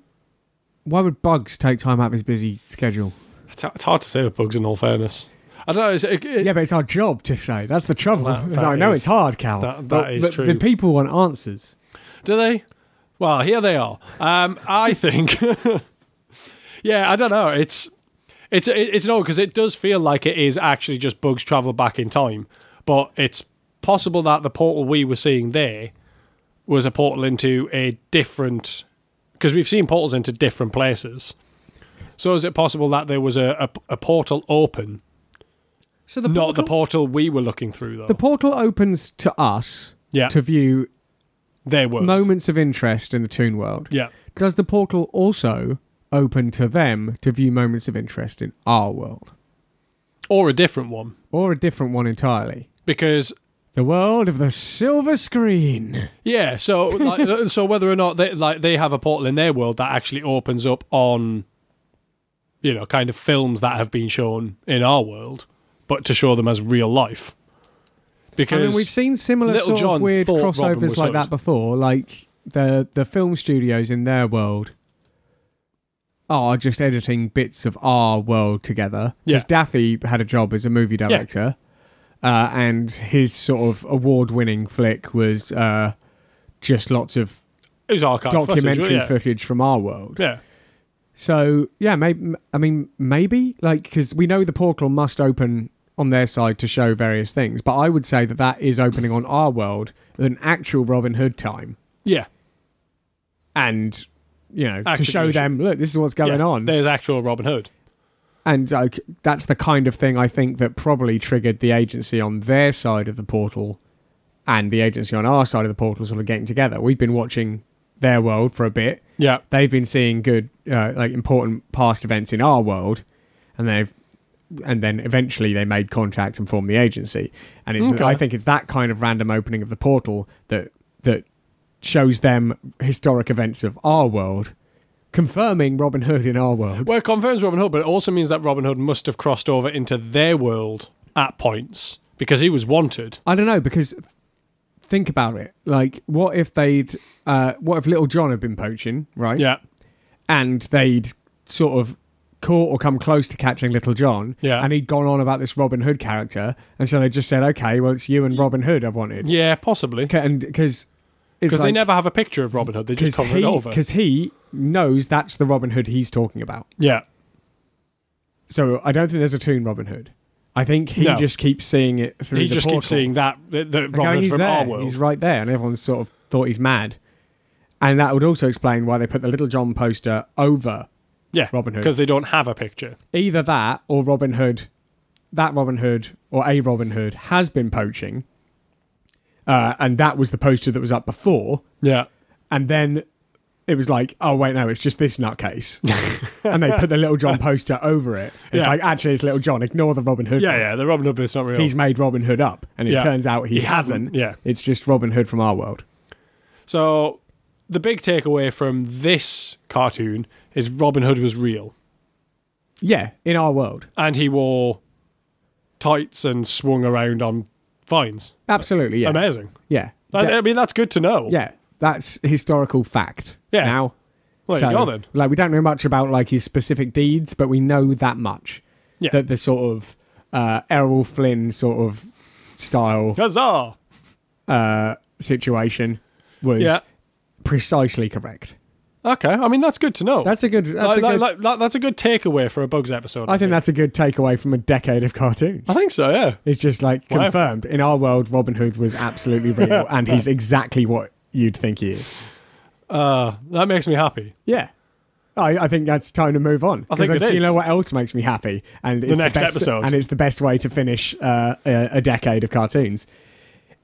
Speaker 1: Why would Bugs take time out of his busy schedule?
Speaker 2: It's, it's hard to say with bugs. In all fairness, I don't know. It's, it, it-
Speaker 1: Yeah, but it's our job to say. That's the trouble.
Speaker 2: That-
Speaker 1: <laughs>
Speaker 2: that
Speaker 1: I know
Speaker 2: is-
Speaker 1: it's hard, Cal.
Speaker 2: that- that
Speaker 1: but-
Speaker 2: is
Speaker 1: but
Speaker 2: true.
Speaker 1: The people want answers.
Speaker 2: Do they? Well, here they are. Um, I think. <laughs> yeah, I don't know. It's it's it- it's no because it does feel like it is actually just bugs travel back in time, but it's possible that the portal we were seeing there was a portal into a different because we've seen portals into different places. So is it possible that there was a, a, a portal open,
Speaker 1: So the
Speaker 2: not the portal we were looking through though?
Speaker 1: the portal opens to us
Speaker 2: yeah,
Speaker 1: to view
Speaker 2: there were.
Speaker 1: moments of interest in the Toon World.
Speaker 2: yeah,
Speaker 1: Does the portal also open to them to view moments of interest in our world?
Speaker 2: or a different one
Speaker 1: Or a different one entirely?
Speaker 2: because
Speaker 1: The world of the silver screen.
Speaker 2: Yeah, so
Speaker 1: <laughs>
Speaker 2: like, so whether or not they like they have a portal in their world that actually opens up on, you know, kind of films that have been shown in our world, but to show them as real life.
Speaker 1: I
Speaker 2: Because
Speaker 1: mean, we've seen similar
Speaker 2: Little
Speaker 1: sort
Speaker 2: John
Speaker 1: of weird
Speaker 2: thought Robin
Speaker 1: crossovers
Speaker 2: was
Speaker 1: like that
Speaker 2: hooked.
Speaker 1: before. Like the the film studios in their world are just editing bits of our world together.
Speaker 2: Yeah.
Speaker 1: Because Daffy had a job as a movie director, uh, and his sort of award winning flick was uh, just lots of
Speaker 2: it was archive
Speaker 1: documentary
Speaker 2: footage,
Speaker 1: footage, from our world.
Speaker 2: yeah. yeah,
Speaker 1: So yeah, maybe I mean maybe like because we know the portal must open on their side to show various things, but I would say that that is opening on our world at an actual Robin Hood time,
Speaker 2: yeah,
Speaker 1: and you know to
Speaker 2: Actually,
Speaker 1: show
Speaker 2: we should-
Speaker 1: them look this is what's going
Speaker 2: yeah.
Speaker 1: on,
Speaker 2: There's actual Robin Hood.
Speaker 1: and like that's the kind of thing I think that probably triggered the agency on their side of the portal, and the agency on our side of the portal sort of getting together. We've been watching their world for a bit,
Speaker 2: Yeah,
Speaker 1: they've been seeing good uh, like important past events in our world and they've and then eventually they made contact and formed the agency and it's,
Speaker 2: Okay.
Speaker 1: i think it's that kind of random opening of the portal that that shows them historic events of our world confirming robin hood in our world
Speaker 2: well, it confirms Robin Hood, but it also means that Robin Hood must have crossed over into their world at points because he was wanted.
Speaker 1: i don't know because think about it like what if they'd uh, what if little john had been poaching right
Speaker 2: Yeah,
Speaker 1: and they'd sort of caught or come close to catching Little John.
Speaker 2: Yeah.
Speaker 1: And he'd gone on about this Robin Hood character, and so they just said, "Okay, well, it's you and Robin Hood I wanted."
Speaker 2: yeah, possibly
Speaker 1: C- And because it's
Speaker 2: because
Speaker 1: like,
Speaker 2: they never have a picture of Robin Hood; they
Speaker 1: because
Speaker 2: just cover it
Speaker 1: he
Speaker 2: over.
Speaker 1: because he knows that's the Robin Hood he's talking about.
Speaker 2: Yeah.
Speaker 1: So I don't think there's a Toon Robin Hood. I think he
Speaker 2: No.
Speaker 1: just keeps seeing it through.
Speaker 2: he
Speaker 1: the
Speaker 2: just
Speaker 1: portal.
Speaker 2: keeps seeing that the, the
Speaker 1: Like, oh,
Speaker 2: Robin Hood
Speaker 1: he's
Speaker 2: from
Speaker 1: there.
Speaker 2: our world.
Speaker 1: He's right there, and everyone sort of thought he's mad. And that would also explain why they put the Little John poster over
Speaker 2: yeah,
Speaker 1: Robin Hood.
Speaker 2: because they don't have a picture.
Speaker 1: either that or Robin Hood, that Robin Hood or a Robin Hood has been poaching, uh, and that was the poster that was up before,
Speaker 2: Yeah,
Speaker 1: and then it was like, oh wait, no, it's just this
Speaker 2: <laughs>
Speaker 1: nutcase, and they put the Little John poster over it. It's
Speaker 2: Yeah.
Speaker 1: like actually, it's Little John. Ignore the Robin Hood.
Speaker 2: yeah,
Speaker 1: one.
Speaker 2: yeah. The Robin Hood bit's not real.
Speaker 1: He's made Robin Hood up, and it
Speaker 2: Yeah.
Speaker 1: turns out he,
Speaker 2: He
Speaker 1: hasn't.
Speaker 2: hasn't, yeah.
Speaker 1: it's just Robin Hood from our world.
Speaker 2: so the big takeaway from this cartoon is Robin Hood was real,
Speaker 1: Yeah, in our world,
Speaker 2: and he wore tights and swung around on vines.
Speaker 1: absolutely. Yeah,
Speaker 2: Amazing.
Speaker 1: yeah,
Speaker 2: That-
Speaker 1: That-
Speaker 2: I mean, that's good to know.
Speaker 1: yeah. That's historical fact.
Speaker 2: Yeah.
Speaker 1: Now
Speaker 2: Well, there
Speaker 1: So,
Speaker 2: you go then.
Speaker 1: Like we don't know much about like his specific deeds, but we know that much.
Speaker 2: Yeah.
Speaker 1: That the sort of uh, Errol Flynn sort of style
Speaker 2: Huzzah!
Speaker 1: uh, situation was
Speaker 2: Yeah.
Speaker 1: precisely correct.
Speaker 2: Okay. I mean, that's good to know.
Speaker 1: That's a good. That's
Speaker 2: Like-
Speaker 1: a
Speaker 2: like-
Speaker 1: good
Speaker 2: like- like- that's a good takeaway for a Bugs episode.
Speaker 1: I think that's a good takeaway from a decade of cartoons.
Speaker 2: I think so. Yeah.
Speaker 1: It's just like
Speaker 2: Wow.
Speaker 1: confirmed in our world, Robin Hood was absolutely
Speaker 2: <laughs>
Speaker 1: real, and he's exactly what you'd think he is.
Speaker 2: Uh, that makes me happy.
Speaker 1: Yeah. I, I think that's time to move on.
Speaker 2: I think
Speaker 1: 'Cause,
Speaker 2: it
Speaker 1: uh, Do you
Speaker 2: is.
Speaker 1: know what else makes me happy? And it's the
Speaker 2: next
Speaker 1: best,
Speaker 2: episode.
Speaker 1: And it's the best way to finish uh, a, a decade of cartoons.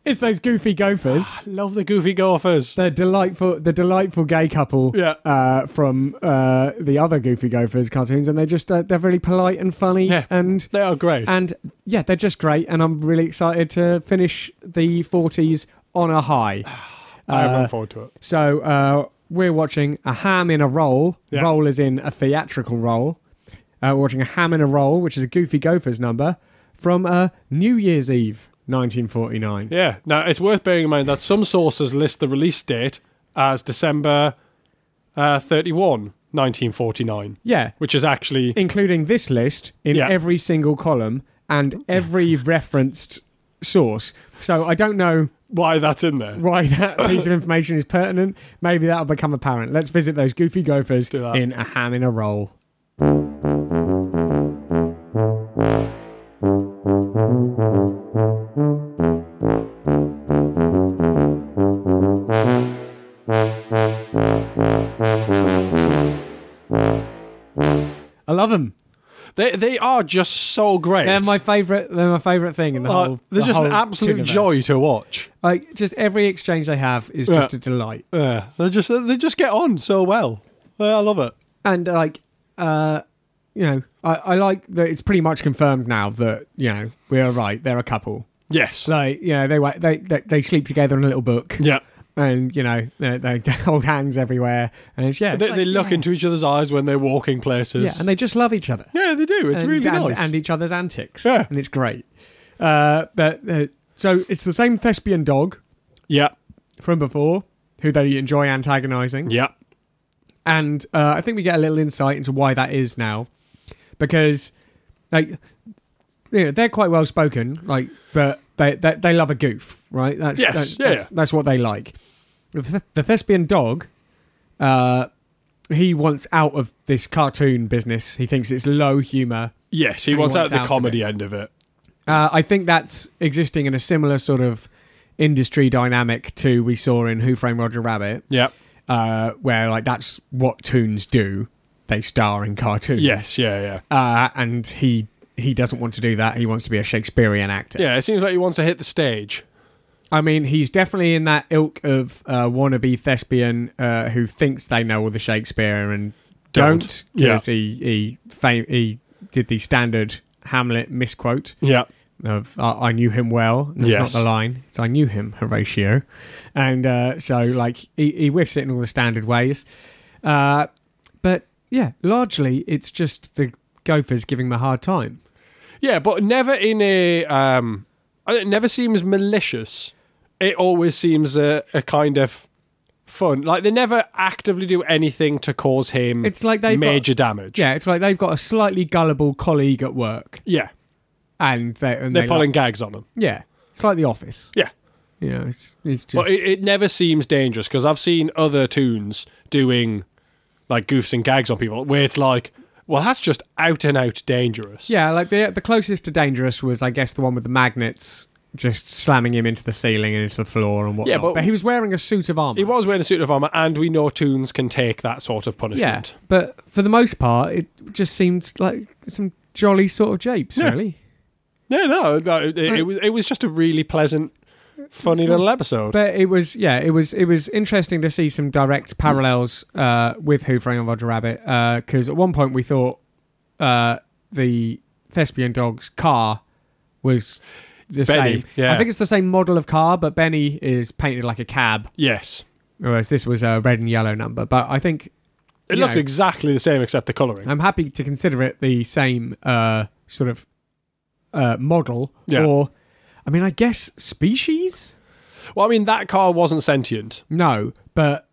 Speaker 1: It's those goofy gophers.
Speaker 2: I love the Goofy Gophers.
Speaker 1: The delightful, the delightful gay couple
Speaker 2: Yeah.
Speaker 1: uh, from uh, the other Goofy Gophers cartoons, and they're just uh, they're really polite and funny,
Speaker 2: Yeah.
Speaker 1: and
Speaker 2: They are great.
Speaker 1: and yeah, they're just great. And I'm really excited to finish the 40s on a high.
Speaker 2: I am looking forward to it.
Speaker 1: So uh, we're watching a ham in a roll.
Speaker 2: Yeah.
Speaker 1: Roll is in a theatrical role. Uh, we're watching a ham in a roll, which is a Goofy Gophers number from uh, New Year's Eve, 1949.
Speaker 2: Yeah. Now it's worth bearing in mind that some sources list the release date as December uh, 31, 1949,
Speaker 1: Yeah,
Speaker 2: which is actually
Speaker 1: including this list in
Speaker 2: Yeah.
Speaker 1: every single column and every referenced source. So I don't know
Speaker 2: why that's in there.
Speaker 1: why
Speaker 2: <laughs>
Speaker 1: that piece of information is pertinent. Maybe that'll become apparent. Let's visit those Goofy Gophers
Speaker 2: do that.
Speaker 1: in a ham in a roll. I love them.
Speaker 2: They they are just so great.
Speaker 1: They're my favorite. They're my favorite thing in the
Speaker 2: Uh,
Speaker 1: whole.
Speaker 2: they're
Speaker 1: the
Speaker 2: just an
Speaker 1: whole
Speaker 2: absolute
Speaker 1: universe.
Speaker 2: joy to watch.
Speaker 1: Like just every exchange they have is just
Speaker 2: Yeah.
Speaker 1: a delight.
Speaker 2: Yeah, they just they just get on so well. Yeah, I love it.
Speaker 1: and like uh you know I, I like that it's pretty much confirmed now that you know we are right they're a couple
Speaker 2: Yes.
Speaker 1: like you know they wa- they they, they sleep together in a little book
Speaker 2: yeah.
Speaker 1: and you know they, they <laughs> hold hands everywhere and it's yeah it's
Speaker 2: They,
Speaker 1: like,
Speaker 2: they look
Speaker 1: yeah,
Speaker 2: into each other's eyes when they're walking places.
Speaker 1: yeah and they just love each other
Speaker 2: Yeah, they do. It's
Speaker 1: and,
Speaker 2: really
Speaker 1: and,
Speaker 2: nice.
Speaker 1: and each other's antics
Speaker 2: Yeah.
Speaker 1: and it's great uh but uh, so it's the same thespian dog
Speaker 2: yeah,
Speaker 1: from before who they enjoy antagonizing
Speaker 2: yeah,
Speaker 1: and uh, I think we get a little insight into why that is now, because like you know, they're quite well spoken, like, but they, they they love a goof, right? That's
Speaker 2: Yes,
Speaker 1: that's,
Speaker 2: yeah,
Speaker 1: that's,
Speaker 2: yeah.
Speaker 1: that's what they like. The, th- the thespian dog, uh, he wants out of this cartoon business. He thinks it's low humor.
Speaker 2: yes. He
Speaker 1: And he
Speaker 2: wants
Speaker 1: wants
Speaker 2: out
Speaker 1: out
Speaker 2: the
Speaker 1: of
Speaker 2: comedy end of it.
Speaker 1: Uh, I think that's existing in a similar sort of industry dynamic to we saw in Who Framed Roger Rabbit.
Speaker 2: Yeah.
Speaker 1: uh, where like that's what toons do. They star in cartoons.
Speaker 2: Yes. Yeah. Yeah.
Speaker 1: Uh, and he he doesn't want to do that. He wants to be a Shakespearean actor.
Speaker 2: Yeah. It seems like he wants to hit the stage.
Speaker 1: I mean, he's definitely in that ilk of uh, wannabe thespian uh, who thinks they know all the Shakespeare and
Speaker 2: Don't.
Speaker 1: don't
Speaker 2: Yeah.
Speaker 1: because he he fam- he did the standard Hamlet misquote
Speaker 2: Yeah.
Speaker 1: of I I knew him well. That's
Speaker 2: Yes.
Speaker 1: not the line. It's I knew him, Horatio. And uh, so, like, he, he whiffs it in all the standard ways. Uh, but yeah, largely it's just the Gophers giving him a hard time.
Speaker 2: Yeah, but never in a. Um, and it never seems malicious. It always seems a, a kind of fun. Like they never actively do anything to cause him
Speaker 1: It's like they've
Speaker 2: major
Speaker 1: Got,
Speaker 2: damage.
Speaker 1: yeah, it's like they've got a slightly gullible colleague at work,
Speaker 2: yeah.
Speaker 1: and they and
Speaker 2: They're
Speaker 1: they
Speaker 2: pulling
Speaker 1: like-
Speaker 2: gags on him.
Speaker 1: yeah, it's like the office.
Speaker 2: Yeah,
Speaker 1: You know, it's it's just
Speaker 2: but it, it never seems dangerous because I've seen other tunes doing like goofs and gags on people where it's like, well, that's just out and out dangerous.
Speaker 1: yeah, like the the closest to dangerous was I guess the one with the magnets. Just slamming him into the ceiling and into the floor and whatnot.
Speaker 2: but-
Speaker 1: but, he was wearing a suit of armor.
Speaker 2: He was wearing a suit of armor, and we know tunes can take that sort of
Speaker 1: Yeah,
Speaker 2: punishment.
Speaker 1: but for the most part, it just seemed like some jolly sort of japes,
Speaker 2: Yeah.
Speaker 1: really.
Speaker 2: No, no, no, it, it was it was just a really pleasant, funny
Speaker 1: It's
Speaker 2: little
Speaker 1: nice.
Speaker 2: episode.
Speaker 1: But it was, yeah, it was, it was interesting to see some direct parallels uh, with Who Framed Roger Rabbit, because at one point we thought uh, the thespian dog's car was the
Speaker 2: Benny,
Speaker 1: same.
Speaker 2: yeah.
Speaker 1: I think it's the same model of car, but Benny is painted like a cab,
Speaker 2: yes,
Speaker 1: whereas this was a red and yellow number. But I think you
Speaker 2: it looks
Speaker 1: know,
Speaker 2: exactly the same except the coloring.
Speaker 1: I'm happy to consider it the same uh, sort of uh, model,
Speaker 2: Yeah.
Speaker 1: or I mean, I guess species. Uh-huh.
Speaker 2: Well, I mean that car wasn't sentient,
Speaker 1: No, but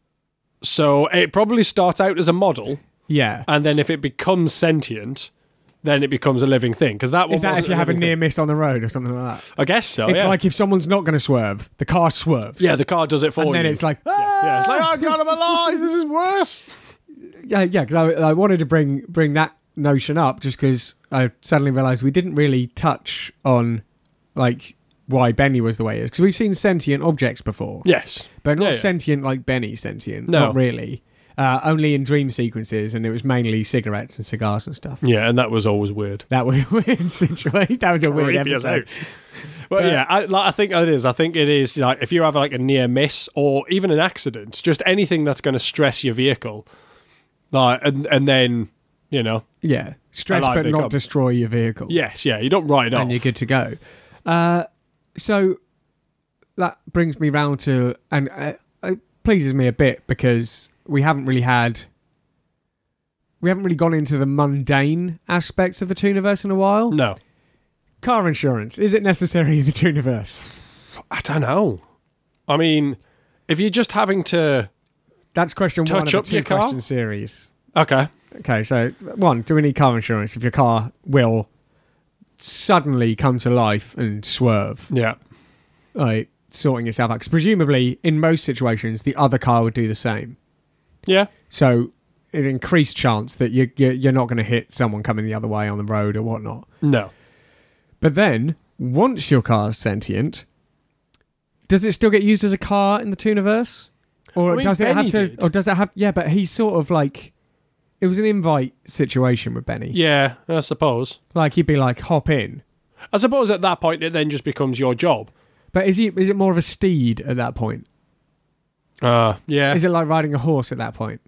Speaker 2: so it probably starts out as a model,
Speaker 1: yeah.
Speaker 2: and then if it becomes sentient, then it becomes a living thing. Because that one
Speaker 1: Is that
Speaker 2: wasn't
Speaker 1: if you have a
Speaker 2: living
Speaker 1: near miss on the road or something like that?
Speaker 2: thing. I guess so.
Speaker 1: It's
Speaker 2: Oh, yeah.
Speaker 1: like if someone's not going to swerve, the car swerves.
Speaker 2: yeah, the car does it for
Speaker 1: And then
Speaker 2: you.
Speaker 1: it's like, ah!
Speaker 2: yeah, it's like oh god, I'm alive. This is worse.
Speaker 1: <laughs> yeah, yeah. Because I, I wanted to bring bring that notion up just because I suddenly realised we didn't really touch on like why Benny was the way he is because we've seen sentient objects before.
Speaker 2: Yes,
Speaker 1: But not
Speaker 2: Yeah, yeah.
Speaker 1: sentient like Benny sentient.
Speaker 2: No.
Speaker 1: Not really. uh, only in dream sequences, and it was mainly cigarettes and cigars and stuff.
Speaker 2: Yeah, and that was always weird.
Speaker 1: That was a weird <laughs> situation. That was a weird
Speaker 2: Creepy as
Speaker 1: episode.
Speaker 2: Well,
Speaker 1: But-
Speaker 2: yeah, I, like, I think it is. I think it is like if you have like a near miss or even an accident, just anything that's going to stress your vehicle, like and and then you know,
Speaker 1: Yeah, stress
Speaker 2: I like
Speaker 1: but
Speaker 2: the
Speaker 1: not
Speaker 2: com-
Speaker 1: destroy your vehicle.
Speaker 2: yes, yeah, you don't write it off.
Speaker 1: and you're good to go. Uh, so that brings me round to, and uh, it pleases me a bit because we haven't really had, we haven't really gone into the mundane aspects of the Tooniverse in a while.
Speaker 2: no,
Speaker 1: Car insurance is it necessary in the Tooniverse?
Speaker 2: I don't know. I mean, if you're just having to,
Speaker 1: That's question one of
Speaker 2: Touch
Speaker 1: a
Speaker 2: up your car?
Speaker 1: two-question series.
Speaker 2: okay,
Speaker 1: Okay, so one, do we need car insurance if your car will suddenly come to life and swerve?
Speaker 2: yeah,
Speaker 1: like sorting itself out because presumably in most situations the other car would do the same
Speaker 2: yeah,
Speaker 1: so an increased chance that you, you, you're not going to hit someone coming the other way on the road or whatnot
Speaker 2: no,
Speaker 1: but then once your car's sentient does it still get used as a car in the Tooniverse? or
Speaker 2: I mean,
Speaker 1: does it have
Speaker 2: Benny
Speaker 1: to
Speaker 2: did.
Speaker 1: or does it have yeah but he's sort of like it was an invite situation with Benny
Speaker 2: yeah. I suppose.
Speaker 1: like he'd be like hop in
Speaker 2: I suppose at that point it then just becomes your job.
Speaker 1: but is he is it more of a steed at that point
Speaker 2: Uh, yeah,
Speaker 1: is it like riding a horse at that point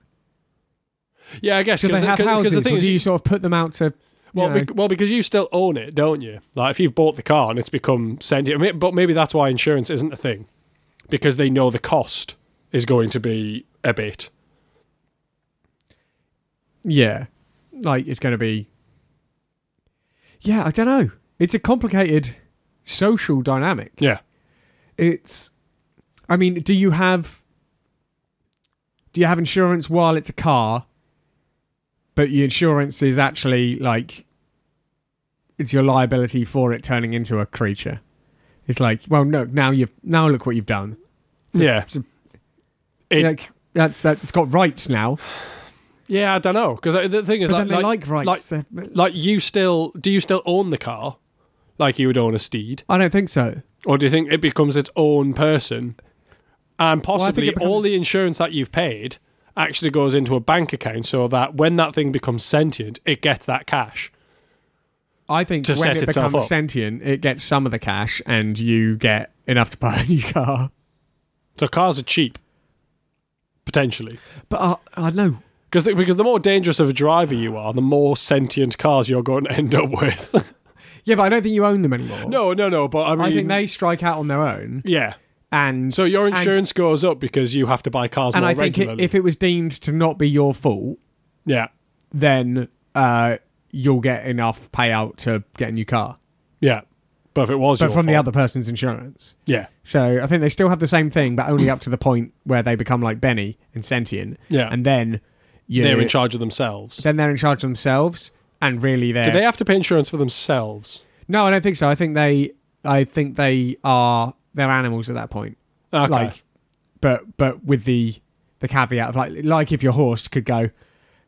Speaker 2: yeah. I guess
Speaker 1: do they have
Speaker 2: because
Speaker 1: houses
Speaker 2: the thing
Speaker 1: or
Speaker 2: is,
Speaker 1: do you sort of put them out to
Speaker 2: Well,
Speaker 1: you know,
Speaker 2: bec- well, because you still own it, don't you? Like if you've bought the car and it's become sentient, ma- but maybe that's why insurance isn't a thing, because they know the cost is going to be a bit.
Speaker 1: Yeah. Like it's going to be. Yeah, I don't know. It's a complicated social dynamic.
Speaker 2: Yeah,
Speaker 1: It's. I mean, do you have. Do you have insurance while it's a car, but your insurance is actually like. It's your liability for it turning into a creature. It's like, well, no, now you've now look what you've done. So-
Speaker 2: yeah,
Speaker 1: so-
Speaker 2: It-
Speaker 1: like that's that's got rights now,
Speaker 2: yeah. I don't know because the thing is,
Speaker 1: but
Speaker 2: like,
Speaker 1: then they
Speaker 2: like,
Speaker 1: like, rights. They're-
Speaker 2: like you still do you still own the car, like you would own a steed,
Speaker 1: I don't think so.
Speaker 2: or do you think it becomes its own person, and
Speaker 1: I think
Speaker 2: possibly
Speaker 1: it becomes-
Speaker 2: all the insurance that you've paid actually goes into a bank account so that when that thing becomes sentient, it gets that cash.
Speaker 1: I think
Speaker 2: to
Speaker 1: when
Speaker 2: set
Speaker 1: it
Speaker 2: itself
Speaker 1: becomes
Speaker 2: up.
Speaker 1: sentient, it gets some of the cash, and you get enough to buy a new <laughs> car.
Speaker 2: So cars are cheap, potentially,
Speaker 1: But I, I know.
Speaker 2: because the, because the more dangerous of a driver you are, the more sentient cars you're going to end up with. <laughs>
Speaker 1: Yeah, but I don't think you own them anymore.
Speaker 2: no, no, no. But I mean,
Speaker 1: I think they strike out on their own,
Speaker 2: yeah.
Speaker 1: and
Speaker 2: So your insurance goes up because you have to buy cars
Speaker 1: and
Speaker 2: more
Speaker 1: I think it,
Speaker 2: regularly.
Speaker 1: if it was deemed to not be your fault,
Speaker 2: yeah,
Speaker 1: then uh, you'll get enough payout to get a new car,
Speaker 2: yeah. But if it was,
Speaker 1: but
Speaker 2: your
Speaker 1: from the
Speaker 2: fault-
Speaker 1: other person's insurance.
Speaker 2: yeah,
Speaker 1: So I think they still have the same thing, but only up to the point where they become like Benny and sentient,
Speaker 2: yeah,
Speaker 1: and then you,
Speaker 2: they're in charge of themselves.
Speaker 1: then they're in charge themselves, and really they're
Speaker 2: Do they have to pay insurance for themselves?
Speaker 1: No, I don't think so. I think they, I think they are they're animals at that point.
Speaker 2: Okay.
Speaker 1: Like, but but with the the caveat of like like if your horse could go,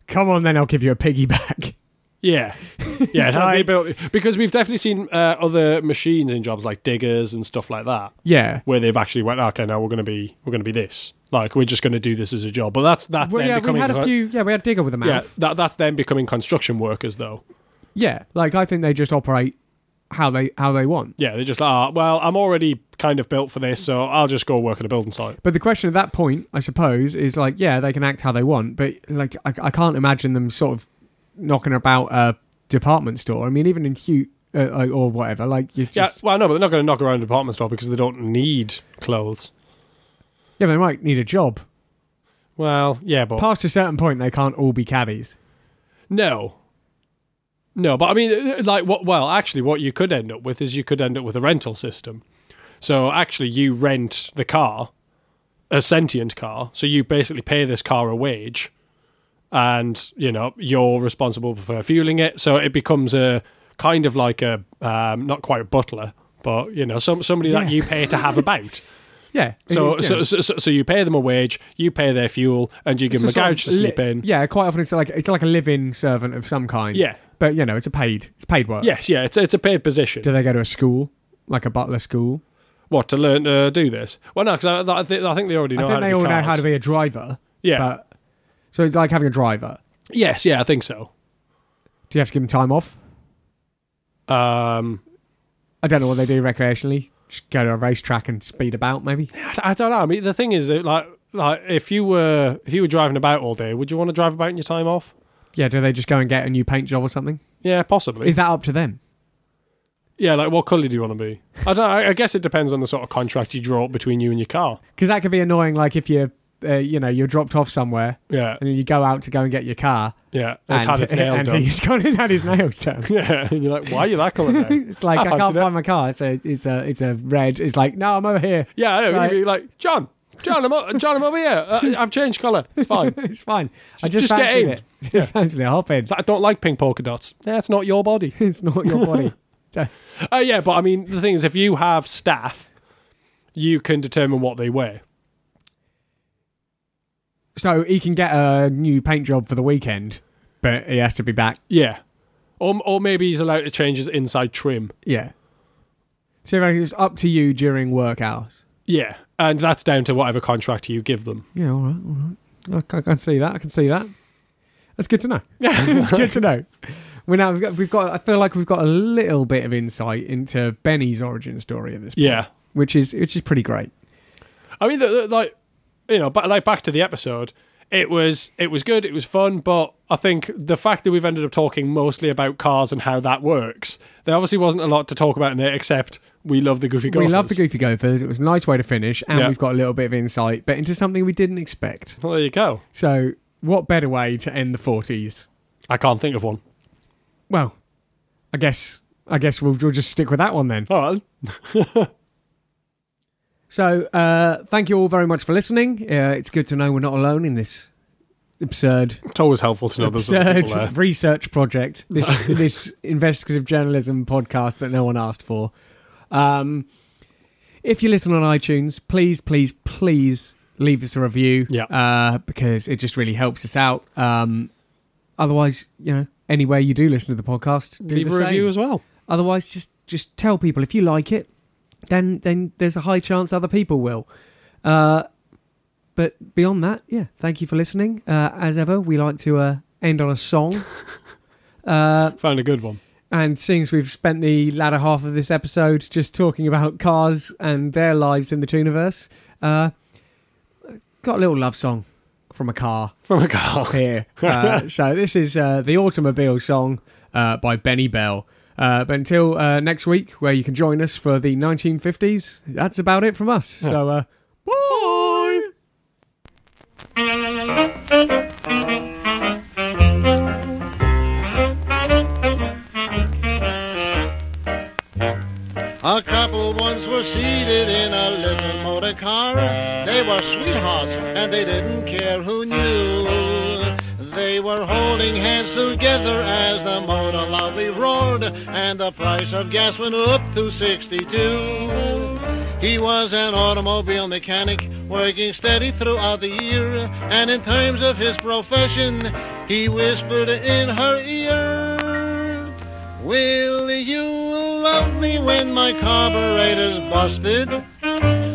Speaker 1: come on, then I'll give you a piggy back.
Speaker 2: yeah, yeah. it has the
Speaker 1: like-
Speaker 2: ability- because we've definitely seen uh, other machines in jobs like diggers and stuff like that.
Speaker 1: <laughs> Yeah.
Speaker 2: where they've actually went, okay, now we're going to be we're going to be this. Like we're just going to do this as a job. But that's that's
Speaker 1: Well,
Speaker 2: them
Speaker 1: yeah, we
Speaker 2: becoming
Speaker 1: had a few. Yeah, we had Digger with a
Speaker 2: yeah,
Speaker 1: mouth.
Speaker 2: that, that's them becoming construction workers though.
Speaker 1: Yeah. like I think they just operate how they how they want.
Speaker 2: Yeah, they're just like, ah, well, I'm already kind of built for this, so I'll just go work at a building site.
Speaker 1: But the question at that point, I suppose, is like, yeah, they can act how they want, but like, I, I can't imagine them sort of knocking about a department store. I mean, even in Hugh uh, uh, or whatever, like you just
Speaker 2: yeah, well, no, but they're not going to knock around a department store because they don't need clothes.
Speaker 1: yeah, they might need a job.
Speaker 2: Well, yeah, but
Speaker 1: past a certain point, they can't all be cabbies.
Speaker 2: no. No, but I mean, uh, like, what? Well, actually, what you could end up with is you could end up with a rental system. So actually, you rent the car, a sentient car. So you basically pay this car a wage, and you know you're responsible for fueling it. So it becomes a kind of like a um, not quite a butler, but you know some somebody
Speaker 1: Yeah.
Speaker 2: that you pay
Speaker 1: <laughs>
Speaker 2: to have about.
Speaker 1: Yeah.
Speaker 2: So,
Speaker 1: Yeah.
Speaker 2: so, so so so you pay them a wage, you pay their fuel, and you give
Speaker 1: It's a
Speaker 2: them a
Speaker 1: sort
Speaker 2: couch
Speaker 1: of
Speaker 2: to sleep
Speaker 1: li-
Speaker 2: in.
Speaker 1: Yeah, quite often it's like it's like a living servant of some kind.
Speaker 2: Yeah.
Speaker 1: But you know, it's a paid it's paid work.
Speaker 2: Yes, yeah, it's it's a paid position.
Speaker 1: Do they go to a school like a butler school?
Speaker 2: What to learn uh, to do this? Well, no, because I, I, thi- I think they already know.
Speaker 1: I think
Speaker 2: how
Speaker 1: they
Speaker 2: to
Speaker 1: all
Speaker 2: do
Speaker 1: know how
Speaker 2: cars.
Speaker 1: to be a driver.
Speaker 2: Yeah,
Speaker 1: But So it's like having a driver.
Speaker 2: Yes, yeah, I think so.
Speaker 1: Do you have to give them time off?
Speaker 2: Um,
Speaker 1: I don't know what they do recreationally. Just go to a racetrack and speed about, maybe.
Speaker 2: I, I don't know. I mean, the thing is, that, like, like if you were if you were driving about all day, would you want to drive about in your time off?
Speaker 1: Yeah, do they just go and get a new paint job or something?
Speaker 2: Yeah, possibly.
Speaker 1: Is that up to them?
Speaker 2: yeah, like what color do you want to be? I don't. I, I guess it depends on the sort of contract you draw up between you and your car.
Speaker 1: Because that could be annoying. Like if you're, uh, you know, you're dropped off somewhere
Speaker 2: Yeah,
Speaker 1: and then you go out to go and get your car.
Speaker 2: yeah.
Speaker 1: <laughs>
Speaker 2: It's
Speaker 1: and,
Speaker 2: had its nails
Speaker 1: and
Speaker 2: done.
Speaker 1: He's gone and had his nails done.
Speaker 2: <laughs> Yeah, and you're like, why are you that colour <laughs> now?
Speaker 1: <laughs> It's like
Speaker 2: I
Speaker 1: I, can't
Speaker 2: fancied it.
Speaker 1: find my car. It's a, it's a, it's a red. It's like no, I'm over here. <laughs>
Speaker 2: Yeah, I know.
Speaker 1: It's
Speaker 2: You'd
Speaker 1: like-
Speaker 2: be like, John, John, I'm, o- John, I'm over here. Uh, I've changed colour. It's fine. <laughs> It's
Speaker 1: it's fine. I just,
Speaker 2: just get
Speaker 1: fancied
Speaker 2: in.
Speaker 1: it. <laughs> Just fancied it. Hop in. <laughs>
Speaker 2: like, I don't like pink polka dots. Yeah, it's not your body.
Speaker 1: It's not your
Speaker 2: <laughs>
Speaker 1: body.
Speaker 2: Uh, yeah, but I mean, the thing is, if you have staff, you can determine what they wear.
Speaker 1: so he can get a new paint job for the weekend, but he has to be back.
Speaker 2: Yeah. Or, or maybe he's allowed to change his inside trim.
Speaker 1: Yeah. So it's up to you during work hours.
Speaker 2: Yeah. And that's down to whatever contract you give them.
Speaker 1: Yeah, all right, all right. I can, I can see that. I can see that. That's good to
Speaker 2: <laughs>
Speaker 1: know. <laughs> it's good to know. We now we've got, we've got. I feel like we've got a little bit of insight into Benny's origin story at this point,
Speaker 2: Yeah.
Speaker 1: which is which is pretty great.
Speaker 2: I mean, the, the, like, you know, but like back to the episode, it was it was good, it was fun, but I think the fact that we've ended up talking mostly about cars and how that works, there obviously wasn't a lot to talk about in there except we love the goofy.
Speaker 1: We
Speaker 2: Gophers.
Speaker 1: love the Goofy Gophers. It was a nice way to finish, and
Speaker 2: Yeah.
Speaker 1: we've got a little bit of insight, but into something we didn't expect.
Speaker 2: Well, there you go.
Speaker 1: So, what better way to end the forties?
Speaker 2: I can't think of one.
Speaker 1: Well, I guess I guess we'll, we'll just stick with that one then.
Speaker 2: All right.
Speaker 1: So, uh, thank you all very much for listening. Uh, it's good to know we're not alone in this absurd,
Speaker 2: It's always helpful to know there's other people there.
Speaker 1: absurd research
Speaker 2: <laughs>
Speaker 1: project. This this investigative journalism podcast that no one asked for. Um, if you listen on iTunes, please, please, please leave us a review.
Speaker 2: Yeah.
Speaker 1: Uh, because it just really helps us out. Um, otherwise, you know, anywhere you do listen to the podcast, do
Speaker 2: Leave
Speaker 1: the
Speaker 2: a review
Speaker 1: same.
Speaker 2: as well.
Speaker 1: Otherwise, just just tell people if you like it, then then there's a high chance other people will. Uh, but beyond that, yeah, thank you for listening. Uh, as ever, we like to uh, end on a song. Uh,
Speaker 2: Found a good one.
Speaker 1: and seeing as we've spent the latter half of this episode just talking about cars and their lives in the Tooniverse, uh, got a little love song from a car
Speaker 2: From a car.
Speaker 1: <laughs> here. Uh, so this is uh, the Automobile Song uh, by Benny Bell. Uh, but until uh, next week, where you can join us for the 1950s, that's about it from us. So, uh,
Speaker 2: Bye.
Speaker 3: A couple once were seated in a little motor car. They were sweethearts and they didn't care who knew. They were holding hands together as the motor loudly roared and the price of gas went up to 62. He was an automobile mechanic working steady throughout the year and in terms of his profession he whispered in her ear. Will you love me when my carburetor's busted?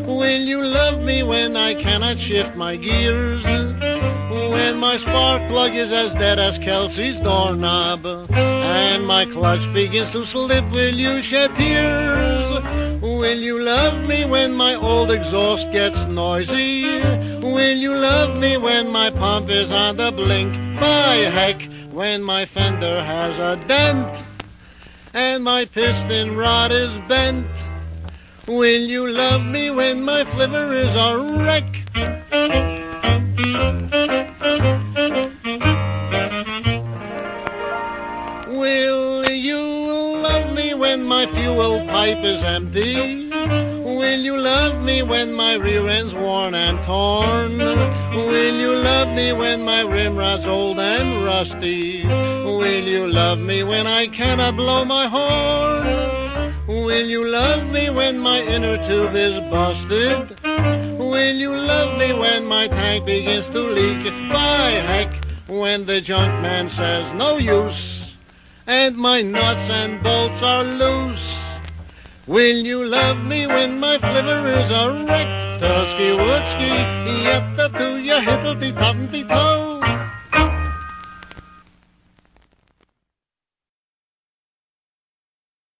Speaker 3: Will you love me when I cannot shift my gears? When my spark plug is as dead as Kelsey's doorknob and my clutch begins to slip, will you shed tears? Will you love me when my old exhaust gets noisy? Will you love me when my pump is on the blink? By heck, when my fender has a dent and my piston rod is bent. Will you love me when my flivver is a wreck? Will you love me when my fuel pipe is empty? Will you love me when my rear end's worn and torn? Will you love me when my rim rod's old and rusty? Will you love me when I cannot blow my horn? Will you love me when my inner tube is busted? Will you love me when my tank begins to leak? By heck, when the junk man says no use and my nuts and bolts are loose. Will you love me when my flivver is a wreck? Tursky Wurtsky, yet the two you hittlety tottenty toe.